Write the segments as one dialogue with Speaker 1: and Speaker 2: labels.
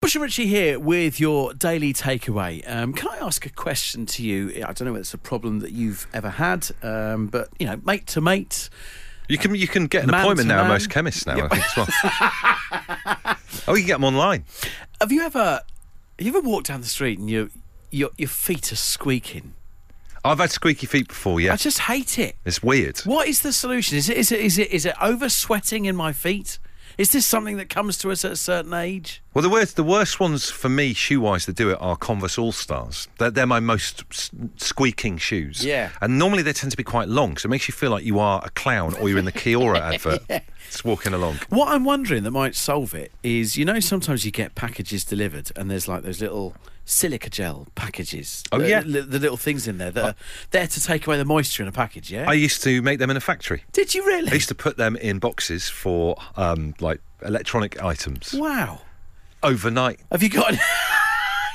Speaker 1: Josh and Richie here with your daily takeaway. Um, can I ask a question to you? I don't know if it's a problem that you've ever had, um, but you know, mate to mate.
Speaker 2: You can you can get an
Speaker 1: Man
Speaker 2: appointment
Speaker 1: to
Speaker 2: now at
Speaker 1: man.
Speaker 2: most chemists now, I think as well. oh, you can get them online.
Speaker 1: Have you ever, have you ever walked down the street and your your your feet are squeaking?
Speaker 2: I've had squeaky feet before, yeah.
Speaker 1: I just hate it.
Speaker 2: It's weird.
Speaker 1: What is the solution? Is it is it is it is it over sweating in my feet? Is this something that comes to us at a certain age?
Speaker 2: Well, the worst, the worst ones for me, shoe wise, that do it are Converse All Stars. They're, they're my most s- squeaking shoes.
Speaker 1: Yeah.
Speaker 2: And normally they tend to be quite long, so it makes you feel like you are a clown or you're in the Kiora advert. It's walking along.
Speaker 1: What I'm wondering that might solve it is, you know, sometimes you get packages delivered, and there's like those little silica gel packages.
Speaker 2: Oh,
Speaker 1: the,
Speaker 2: yeah.
Speaker 1: the, the little things in there that are there to take away the moisture in a package. Yeah,
Speaker 2: I used to make them in a factory.
Speaker 1: did you
Speaker 2: I
Speaker 1: really?
Speaker 2: used to put them in boxes for um, like electronic items
Speaker 1: Wow,
Speaker 2: overnight.
Speaker 1: have you got?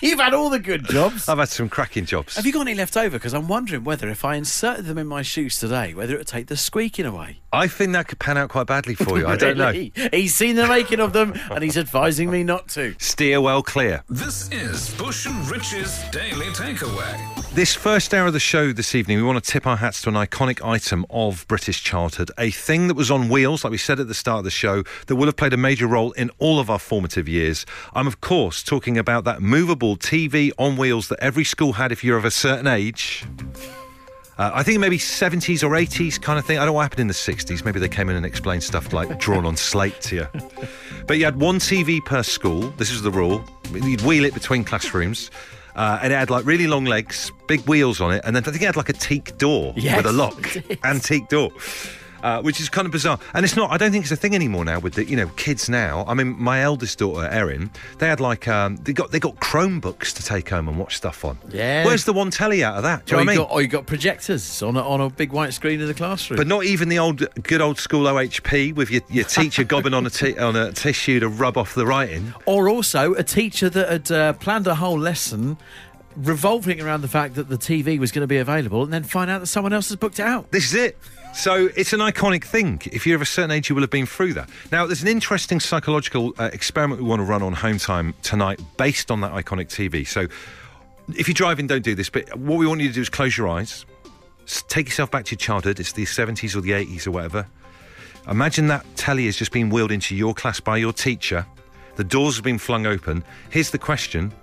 Speaker 1: You've had all the good jobs.
Speaker 2: I've had some cracking jobs.
Speaker 1: Have you got any left over? Because I'm wondering whether if I inserted them in my shoes today, whether it would take the squeaking away.
Speaker 2: I think that could pan out quite badly for you. I don't know.
Speaker 1: Really? He's seen the making of them, and he's advising me not to.
Speaker 2: Steer well clear.
Speaker 3: This is Bush and Rich's Daily Takeaway.
Speaker 2: This first hour of the show this evening, we want to tip our hats to an iconic item of British childhood, a thing that was on wheels, like we said at the start of the show, that will have played a major role in all of our formative years. I'm, of course, talking about that movable TV on wheels that every school had if you're of a certain age. Uh, I think maybe 70s or 80s kind of thing. I don't know what happened in the 60s. Maybe they came in and explained stuff like drawn on slate to you. But you had one TV per school. This is the rule. You'd wheel it between classrooms. Uh, and it had like really long legs, big wheels on it. And then I think it had like a teak door
Speaker 1: Yes,
Speaker 2: with a lock.
Speaker 1: it did.
Speaker 2: Antique door. Uh, which is kind of bizarre, and it's not. I don't think it's a thing anymore now with the you know kids now. I mean, my eldest daughter Erin, they had like um, they got they got Chromebooks to take home and watch stuff on.
Speaker 1: Yeah.
Speaker 2: where's the one telly out of that? Do
Speaker 1: or,
Speaker 2: you know what I
Speaker 1: you
Speaker 2: mean?
Speaker 1: got, or you got projectors on a, on a big white screen in the classroom.
Speaker 2: But not even the old, good old school OHP with your, your teacher gobbing on a, t- on a tissue to rub off the writing.
Speaker 1: Or also a teacher that had uh, planned a whole lesson revolving around the fact that the TV was going to be available and then find out that someone else has booked it out.
Speaker 2: This is it. So it's an iconic thing. If you're of a certain age, you will have been through that. Now, there's an interesting psychological uh, experiment we want to run on home time tonight based on that iconic TV. So if you're driving, don't do this. But what we want you to do is close your eyes, s- take yourself back to your childhood. It's the 70s or the 80s or whatever. Imagine that telly has just been wheeled into your class by your teacher. The doors have been flung open. Here's the question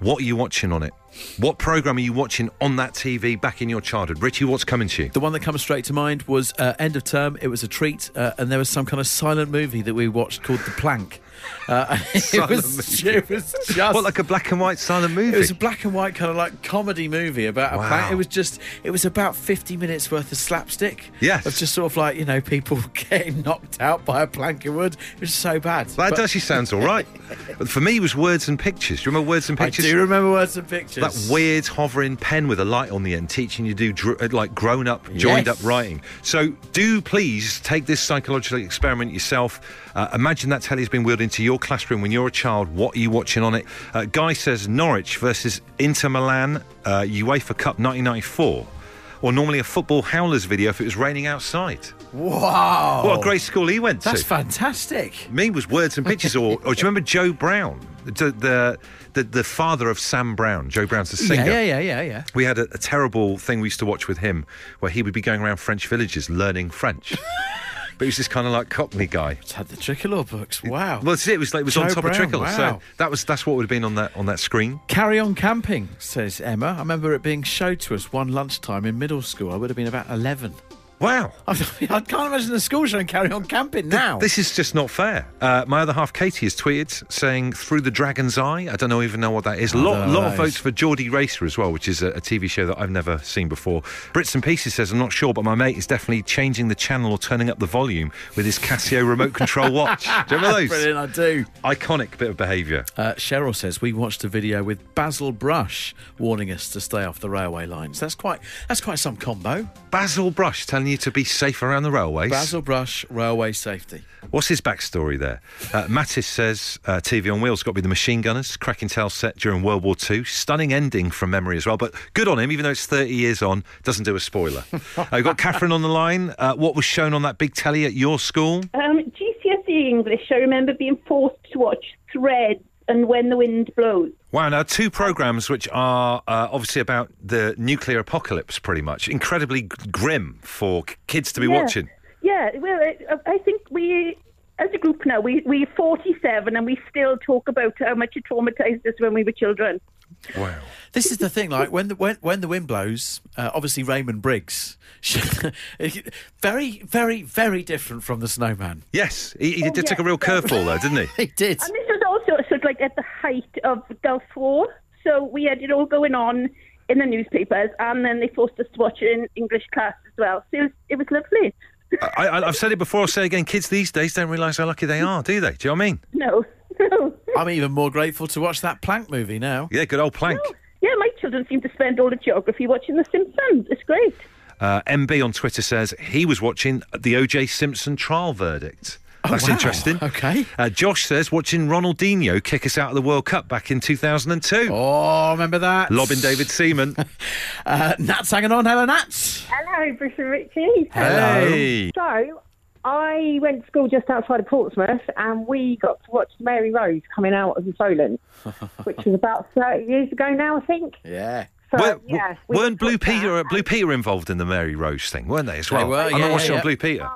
Speaker 2: What are you watching on it? What program are you watching on that TV back in your childhood? Richie, what's coming to you?
Speaker 1: The one that comes straight to mind was uh, end of term. It was a treat, uh, and there was some kind of silent movie that we watched called The Plank. Uh, it,
Speaker 2: Silent
Speaker 1: was,
Speaker 2: movie.
Speaker 1: it was just
Speaker 2: What, like a black and white silent movie?
Speaker 1: It was a black and white kind of like comedy movie about.
Speaker 2: Wow.
Speaker 1: A plan- it was just. It was about fifty minutes worth of slapstick.
Speaker 2: Yes.
Speaker 1: Of just sort of like you know people getting knocked out by a plank of wood. It was so bad.
Speaker 2: that
Speaker 1: But
Speaker 2: actually sounds all right. But for me, it was words and pictures. Do you remember words and
Speaker 1: I
Speaker 2: pictures?
Speaker 1: do remember words and pictures.
Speaker 2: That weird hovering pen with a light on the end, teaching you to do dr- uh, like grown up, joined up
Speaker 1: Yes.
Speaker 2: writing. So, do please take this psychological experiment yourself. Uh, imagine that telly's been wheeled into your classroom when you're a child. What are you watching on it? Uh, Guy says Norwich versus Inter Milan, uh, UEFA Cup 1994, or normally a football howlers video if it was raining outside.
Speaker 1: Wow.
Speaker 2: What a great school he went
Speaker 1: Oh. That's
Speaker 2: to.
Speaker 1: fantastic.
Speaker 2: me was words and pictures, or, or do you remember Joe Brown, the, the the the father of Sam Brown? Joe Brown's the singer.
Speaker 1: Yeah, yeah, yeah, yeah, yeah.
Speaker 2: We had a, a terrible thing we used to watch with him, where he would be going around French villages learning French. but he was this kind of like Cockney guy.
Speaker 1: It's had the Tricolour books. Wow.
Speaker 2: Well, that's it. It was, like, it was on
Speaker 1: Joe
Speaker 2: top of
Speaker 1: Brown,
Speaker 2: Trickle. So
Speaker 1: wow.
Speaker 2: that was that's what would have been on that on that screen.
Speaker 1: Carry on camping, says Emma. I remember it being showed to us one lunchtime in middle school. I would have been about eleven.
Speaker 2: Wow.
Speaker 1: I can't imagine the school showing carry on camping now.
Speaker 2: This is just not fair. Uh, my other half, Katie, has tweeted saying "Through the Dragon's Eye." I don't know even know what that is. A
Speaker 1: don't
Speaker 2: lot,
Speaker 1: know
Speaker 2: lot
Speaker 1: what
Speaker 2: of
Speaker 1: that
Speaker 2: votes
Speaker 1: is.
Speaker 2: for Geordie Racer as well, which is a, a TV show that I've never seen before. Brits and Pieces says I'm not sure, but my mate is definitely changing the channel or turning up the volume with his Casio remote control watch. Do you remember those?
Speaker 1: Brilliant, I do.
Speaker 2: Iconic bit of behaviour.
Speaker 1: Uh, Cheryl says we watched a video with Basil Brush warning us to stay off the railway lines. That's quite that's quite some combo.
Speaker 2: Basil Brush telling you to be safe around the railways.
Speaker 1: Basil Brush, railway safety.
Speaker 2: What's his backstory there? Uh, Mattis says uh, TV on Wheels got to be the machine gunners, cracking tale set during World War II. Stunning ending from memory as well, but good on him, even though it's 30 years on, doesn't do a spoiler. uh, we've got Catherine on the line. Uh, what was shown on that big telly at your school?
Speaker 4: E Um, GCSE English, I remember being forced to watch Threads and When the Wind Blows.
Speaker 2: Wow, now two programs which are uh, obviously about the nuclear apocalypse, pretty much. Incredibly g- grim for k- kids to be watching.
Speaker 4: Yeah, well, it, I think we, as a group now, we, we're 47 and we still talk about how much it traumatized us when we were children.
Speaker 2: Wow.
Speaker 1: This is the thing, like when the when, when the wind blows, uh, obviously Raymond Briggs, very very very different from the Snowman.
Speaker 2: Yes, he, he did
Speaker 4: Oh, yeah.
Speaker 2: take a real curveball there, didn't he?
Speaker 1: He did.
Speaker 4: And this was also sort of like at the height of Gulf War. So we had it all going on in the newspapers, and then they forced us to watch it in English class as well. So it was, it was lovely.
Speaker 2: I, I, I've said it before, I'll say it again. Kids these days don't realise how lucky they are, do they? Do you know what I mean?
Speaker 4: No, no.
Speaker 1: I'm even more grateful to watch that Plank movie now.
Speaker 2: Yeah, good old plank.
Speaker 4: Yeah, my children seem to spend all the geography watching The Simpsons. It's great.
Speaker 2: Uh, MB on Twitter says he was watching the O.J. Simpson trial verdict. That's
Speaker 1: Oh, wow.
Speaker 2: interesting.
Speaker 1: Okay.
Speaker 2: Uh, Josh says watching Ronaldinho kick us out of the World Cup back in 2002.
Speaker 1: Oh, remember that?
Speaker 2: Lobbing David Seaman.
Speaker 1: Uh, Nat's hanging on. Hello, Nats.
Speaker 5: Hello, Bruce and Richie.
Speaker 1: Hello.
Speaker 2: Hey.
Speaker 5: So, I went to school just outside of Portsmouth and we got to watch Mary Rose coming out of the Solent, which was about 30 years ago now, I think.
Speaker 1: Yeah.
Speaker 5: So,
Speaker 2: Were,
Speaker 5: yeah. we
Speaker 2: weren't Blue
Speaker 5: watched that.
Speaker 2: Peter Blue Peter involved in the Mary Rose thing, weren't they as well?
Speaker 1: were,
Speaker 2: I
Speaker 1: yeah,
Speaker 2: remember watching
Speaker 1: yeah,
Speaker 2: on Blue Peter.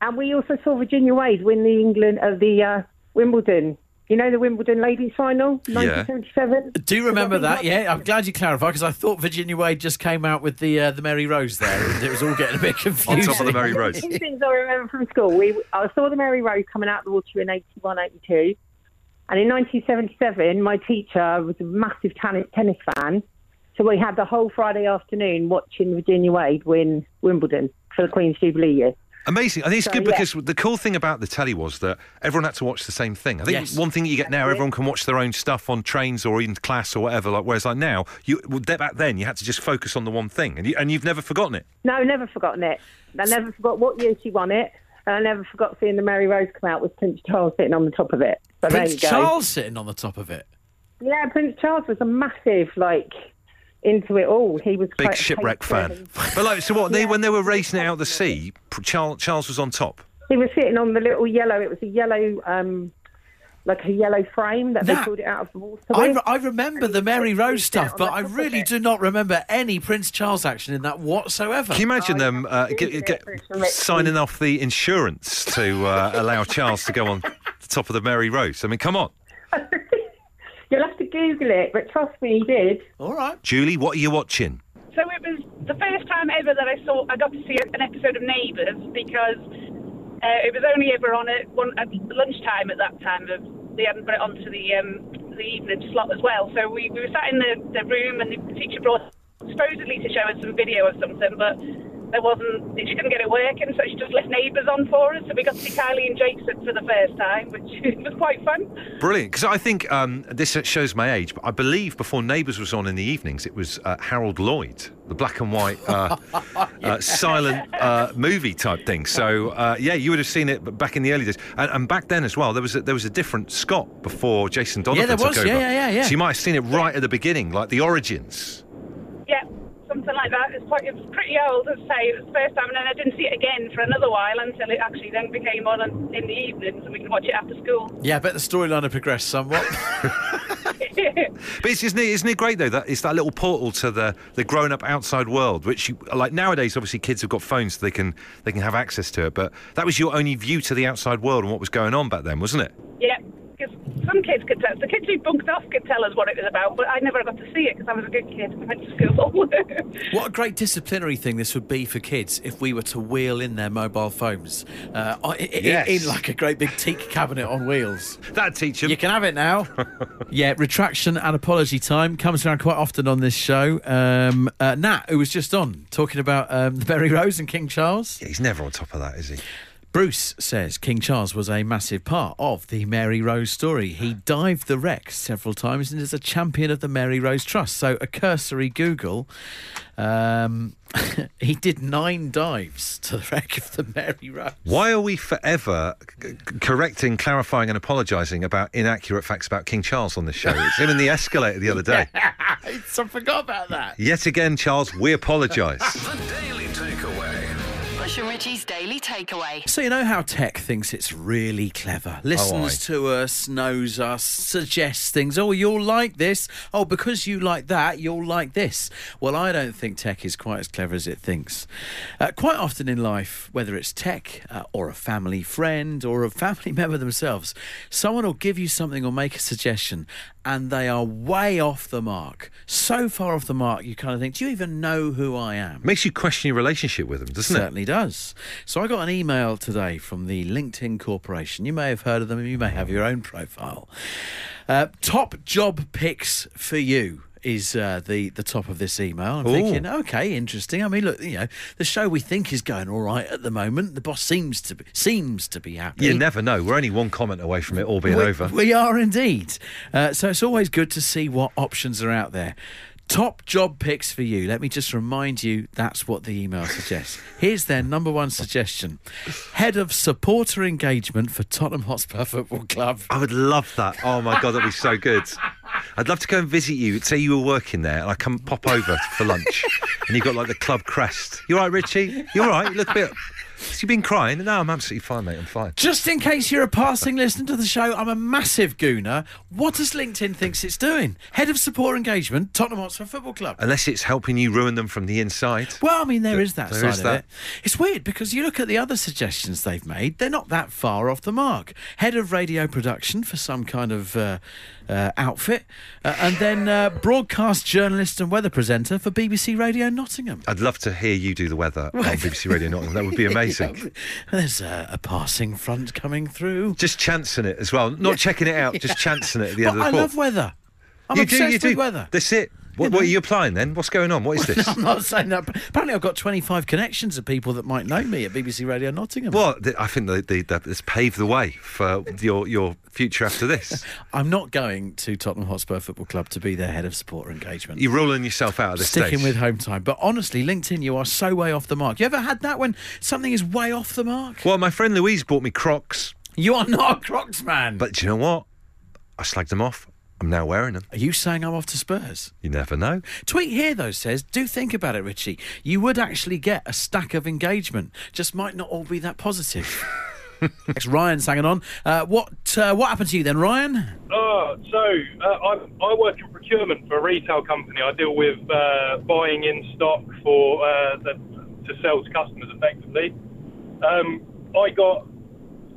Speaker 5: And we also saw Virginia Wade win the England of the uh, Wimbledon. You know the Wimbledon ladies final, 1977.
Speaker 1: Do you remember that? Yeah, I'm glad you clarified because I thought Virginia Wade just came out with the uh, the Mary Rose there, and it was all getting a bit
Speaker 2: On
Speaker 1: confusing.
Speaker 2: top of the Mary Rose.
Speaker 5: Two things I remember from school. We, I saw the Mary Road coming out of the water in 81, 82. And in 1977, my teacher was a massive tennis, tennis fan. So we had the whole Friday afternoon watching Virginia Wade win Wimbledon for the Queen's Jubilee year.
Speaker 2: Amazing. I think it's good
Speaker 5: yeah.
Speaker 2: because the cool thing about the telly was that everyone had to watch the same thing. I think
Speaker 1: Yes.
Speaker 2: one thing you get now, everyone can watch their own stuff on trains or in class or whatever. Like whereas like now, you well, th- back then you had to just focus on the one thing, and you, and you've never forgotten it.
Speaker 5: No, never forgotten it. I never forgot what year she won it. And I never forgot seeing the Mary Rose come out with Prince Charles sitting on the top of it. So
Speaker 1: Prince
Speaker 5: there you go.
Speaker 1: Charles sitting on the top of it.
Speaker 5: Yeah, Prince Charles was a massive, like, into it all. He was
Speaker 2: Big
Speaker 5: quite a
Speaker 2: shipwreck fan.
Speaker 5: patriotic.
Speaker 2: but like, so what? They when they were racing it out the sea, Charles, Charles was on top.
Speaker 5: He was sitting on the little yellow. It was a yellow, um, like a yellow frame that
Speaker 1: That-
Speaker 5: they pulled it out of the water.
Speaker 1: I,
Speaker 5: with.
Speaker 1: re- I remember the Mary Rose stuff, but I really do not remember any Prince Charles action in that whatsoever.
Speaker 2: Can you imagine them uh, get, get, signing off the insurance to uh, allow Charles to go on the top of the Mary Rose? I mean, come on,
Speaker 5: You'll have to Google it, but trust me, he did.
Speaker 1: All right.
Speaker 2: Julie, what are you watching?
Speaker 6: So it was the first time ever that I saw I got to see an episode of Neighbours because uh, it was only ever on at, one, at lunchtime at that time. Of, they hadn't put it onto the um, the evening slot as well. So we, we were sat in the, the room and the teacher brought supposedly to show us some video or something, but there wasn't. She couldn't get it working, so she just left Neighbours on for us. So we got to see Kylie and Jason for the first time, which was quite fun.
Speaker 2: Brilliant, because I think um, this shows my age. But I believe before Neighbours was on in the evenings, it was uh, Harold Lloyd, the black and white uh, uh, silent uh, movie type thing. So uh, yeah, you would have seen it back in the early days, and, and back then as well. There was a, there was a different Scott before Jason Donovan
Speaker 1: there
Speaker 2: took
Speaker 1: was.
Speaker 2: over.
Speaker 1: Yeah, yeah, yeah, yeah.
Speaker 2: So you might have seen it right at the beginning, like the origins.
Speaker 6: Yeah, something like that. It's quite, it was pretty old, as I say. It was the first time, and then I didn't see it again for another while until it actually then became on in- in the evenings, and we could watch it after school.
Speaker 1: Yeah, I bet the storyline had progressed somewhat.
Speaker 2: But it's, isn't, it, isn't it great though? That it's that little portal to the, the grown up outside world, which you, like nowadays, obviously kids have got phones, so they can they can have access to it. But that was your only view to the outside world and what was going on back then, wasn't it?
Speaker 6: yeah, because some kids could tell. The kids who bunked off could tell us what it was about, but I never got to see it because I was a good kid and went to school.
Speaker 1: what a great disciplinary thing this would be for kids if we were to wheel in their mobile phones uh, i- i- i-
Speaker 2: Yes.
Speaker 1: in like a great big teak cabinet on wheels.
Speaker 2: That teacher.
Speaker 1: You can have it now. yeah, retraction and apology time comes around quite often on this show. Um, uh, Nat, who was just on, talking about um, the Berry Rose and King Charles.
Speaker 2: Yeah, he's never on top of that, is he?
Speaker 1: Bruce says King Charles was a massive part of the Mary Rose story. He dived the wreck several times and is a champion of the Mary Rose Trust. So, a cursory Google, um, he did nine dives to the wreck of the Mary Rose.
Speaker 2: Why are we forever c- c- correcting, clarifying, and apologising about inaccurate facts about King Charles on this show? It's him in the escalator the other day.
Speaker 1: I forgot about that.
Speaker 2: Yet again, Charles, we apologise.
Speaker 3: The Daily Takeaway.
Speaker 1: I
Speaker 7: Bush and Richie's Daily Takeaway.
Speaker 1: So, you know how tech thinks it's really clever, listens to us, knows us, suggests things. Oh, you'll like this. Oh, because you like that, you'll like this. Well, I don't think tech is quite as clever as it thinks. Uh, quite often in life, whether it's tech uh, or a family friend or a family member themselves, someone will give you something or make a suggestion and they are way off the mark. So far off the mark, you kind of think, do you even know who I am?
Speaker 2: Makes you question your relationship with them, doesn't it?
Speaker 1: Certainly does. So I got an email today from the LinkedIn Corporation. You may have heard of them, and you may have your own profile. Uh, top job picks for you is uh, the the top of this email. I'm
Speaker 2: Ooh.
Speaker 1: thinking, okay, interesting. I mean, look, you know, the show we think is going all right at the moment. The boss seems to be, seems to be happy.
Speaker 2: You never know. We're only one comment away from it all being
Speaker 1: we,
Speaker 2: over.
Speaker 1: we are indeed. Uh, so it's always good to see what options are out there. Top job picks for you. Let me just remind you that's what the email suggests. Here's their number one suggestion Head of Supporter Engagement for Tottenham Hotspur Football Club.
Speaker 2: I would love that. Oh my god, that'd be so good. I'd love to go and visit you. Say you were working there, and I come pop over for lunch, and you got like the club crest. You all right, Richie? You all right? You look a bit. Have you been crying? No, I'm absolutely fine, mate. I'm fine.
Speaker 1: Just in case you're a passing listener to the show, I'm a massive gooner. What does LinkedIn thinks it's doing? Head of Support Engagement, Tottenham Hotspur Football Club.
Speaker 2: Unless it's helping you ruin them from the inside.
Speaker 1: Well, I mean, there is that
Speaker 2: there
Speaker 1: side
Speaker 2: is
Speaker 1: of
Speaker 2: that.
Speaker 1: it. It's weird because you look at the other suggestions they've made; they're not that far off the mark. Head of radio production for some kind of uh, uh, outfit, uh, and then uh, broadcast journalist and weather presenter for BBC Radio Nottingham.
Speaker 2: I'd love to hear you do the weather on BBC Radio Nottingham. That would be amazing.
Speaker 1: There's a, a passing front coming through.
Speaker 2: Just chancing it as well. Not checking it out, just chancing it at the
Speaker 1: But
Speaker 2: end of the
Speaker 1: I
Speaker 2: call.
Speaker 1: love weather. I'm
Speaker 2: you
Speaker 1: obsessed
Speaker 2: do, you
Speaker 1: with
Speaker 2: do.
Speaker 1: weather.
Speaker 2: That's it. What, what are you applying then? What's going on? What is this?
Speaker 1: I'm not saying that. Apparently, I've got 25 connections of people that might know me at BBC Radio Nottingham.
Speaker 2: Well, th- I think the, the, that it's paved the way for your your future after this.
Speaker 1: I'm not going to Tottenham Hotspur Football Club to be their head of supporter engagement.
Speaker 2: You're ruling yourself out of this
Speaker 1: Sticking
Speaker 2: stage.
Speaker 1: with home time. But honestly, LinkedIn, you are so way off the mark. You ever had that when something is way off the mark?
Speaker 2: well, my friend Louise bought me Crocs,
Speaker 1: You are not a Crocs man.
Speaker 2: but do you know what? I slagged them off. I'm now wearing them.
Speaker 1: are you saying I'm off to Spurs?
Speaker 2: You never know.
Speaker 1: Tweet here, though, says, do think about it, Richie. You would actually get a stack of engagement. Just might not all be that positive. Next, Ryan's hanging on. Uh, what uh, what happened to you then, Ryan?
Speaker 8: Uh, so uh, I, I work in procurement for a retail company. I deal with uh, buying in stock for uh, the, to sell to customers effectively. Um, I got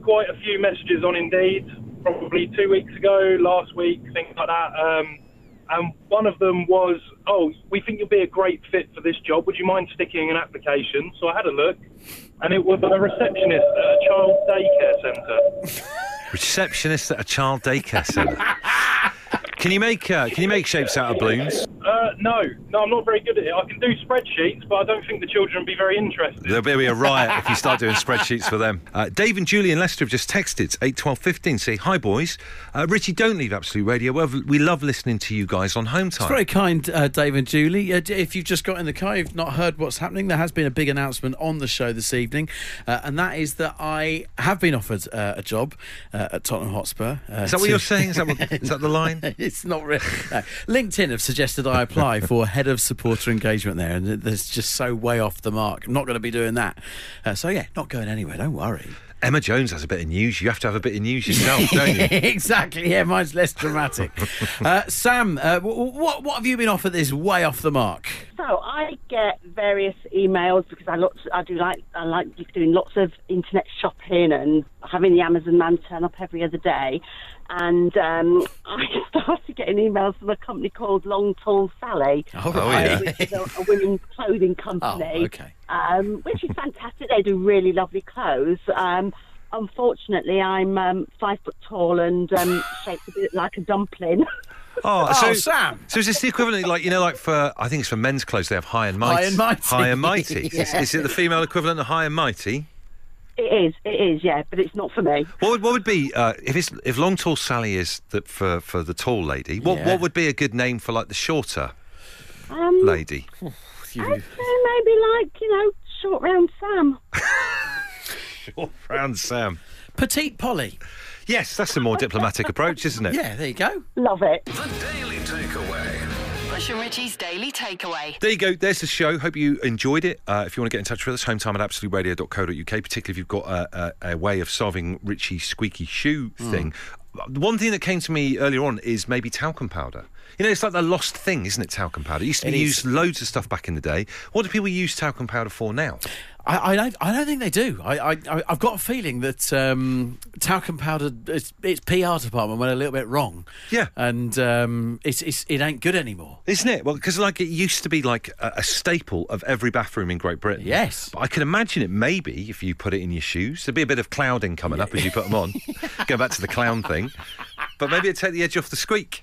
Speaker 8: quite a few messages on Indeed, probably two weeks ago, last week, things like that. Um, and one of them was, "Oh, we think you'll be a great fit for this job. Would you mind sticking an application?" So I had a look, and it was a receptionist at a child daycare centre.
Speaker 2: Receptionist at a child daycare centre. Can you make uh, can you make shapes out of balloons?
Speaker 8: Uh, no, no, I'm not very good at it. I can do spreadsheets, but I don't think the children would be very interested.
Speaker 2: There'll be a riot if you start doing spreadsheets for them. Uh, Dave and Julie in Leicester have just texted eight twelve fifteen. Say hi, boys. Uh, Richie, don't leave Absolute Radio. We've- We love listening to you guys on home time.
Speaker 1: It's very kind, uh, Dave and Julie. Uh, d- if you've just got in the car, you've not heard what's happening. There has been a big announcement on the show this evening, uh, and that is that I have been offered uh, a job uh, at Tottenham Hotspur. Uh,
Speaker 2: Is that what you're saying? Is that, what, is that the line?
Speaker 1: it's not really. no. LinkedIn have suggested I apply for head of supporter engagement there, and that's just so way off the mark. I'm not going to be doing that. Uh, so yeah, not going anywhere. Don't worry.
Speaker 2: Emma Jones has a bit of news. You have to have a bit of news yourself, don't you?
Speaker 1: exactly. Yeah, mine's less dramatic. uh, Sam, uh, w- w- what what have you been offered? This way off the mark.
Speaker 9: So I get various emails because I lots I do like I like doing lots of internet shopping and having the Amazon man turn up every other day, and um, I started getting emails from a company called Long Tall Sally, uh,
Speaker 2: Oh, yeah.
Speaker 9: which is a, a women's clothing company.
Speaker 1: Oh, okay.
Speaker 9: Um, which is fantastic. They do really lovely clothes. Um, unfortunately, I'm um, five foot tall and um, shaped a bit like a dumpling.
Speaker 2: Oh,
Speaker 1: Oh, Sam.
Speaker 2: So is this the equivalent, like you know, like for I think it's for men's clothes they have high and mighty.
Speaker 1: High and mighty.
Speaker 2: High and mighty. is, is it the female equivalent of high and mighty?
Speaker 9: it is, it is, yeah, but it's not for me.
Speaker 2: What would what would be uh, if it's if long tall Sally is the, for for the tall lady? What
Speaker 1: Yeah.
Speaker 2: what would be a good name for like the shorter
Speaker 9: Um,
Speaker 2: lady?
Speaker 9: I'd say maybe like you know short round Sam.
Speaker 2: Short round Sam.
Speaker 1: Petite Polly.
Speaker 2: Yes, that's a more diplomatic approach, isn't it?
Speaker 1: Yeah, there you go.
Speaker 9: Love it.
Speaker 3: The Daily Takeaway.
Speaker 7: Bush and Richie's Daily Takeaway.
Speaker 2: There you go. There's the show. Hope you enjoyed it. Uh, if you want to get in touch with us, hometime at absoluteradio.co.uk, particularly if you've got a, a, a way of solving Richie's squeaky shoe
Speaker 1: Hmm.
Speaker 2: thing. The One thing that came to me earlier on is maybe talcum powder. You know, it's like the lost thing, isn't it? Talcum powder. It used to be
Speaker 1: It
Speaker 2: used
Speaker 1: is.
Speaker 2: loads of stuff back in the day. What do people use talcum powder for now?
Speaker 1: I, I don't. I don't think they do. I, I, I- I've got a feeling that um, talcum powder, its, its PR department went a little bit wrong.
Speaker 2: Yeah.
Speaker 1: and um, it's, it's it ain't good anymore.
Speaker 2: Isn't it? Well, because like it used to be like a, a staple of every bathroom in Great Britain.
Speaker 1: Yes.
Speaker 2: But I can imagine it maybe if you put it in your shoes, there'd be a bit of clouding coming up as you put them on. Go back to the clown thing, but maybe it'd take the edge off the squeak.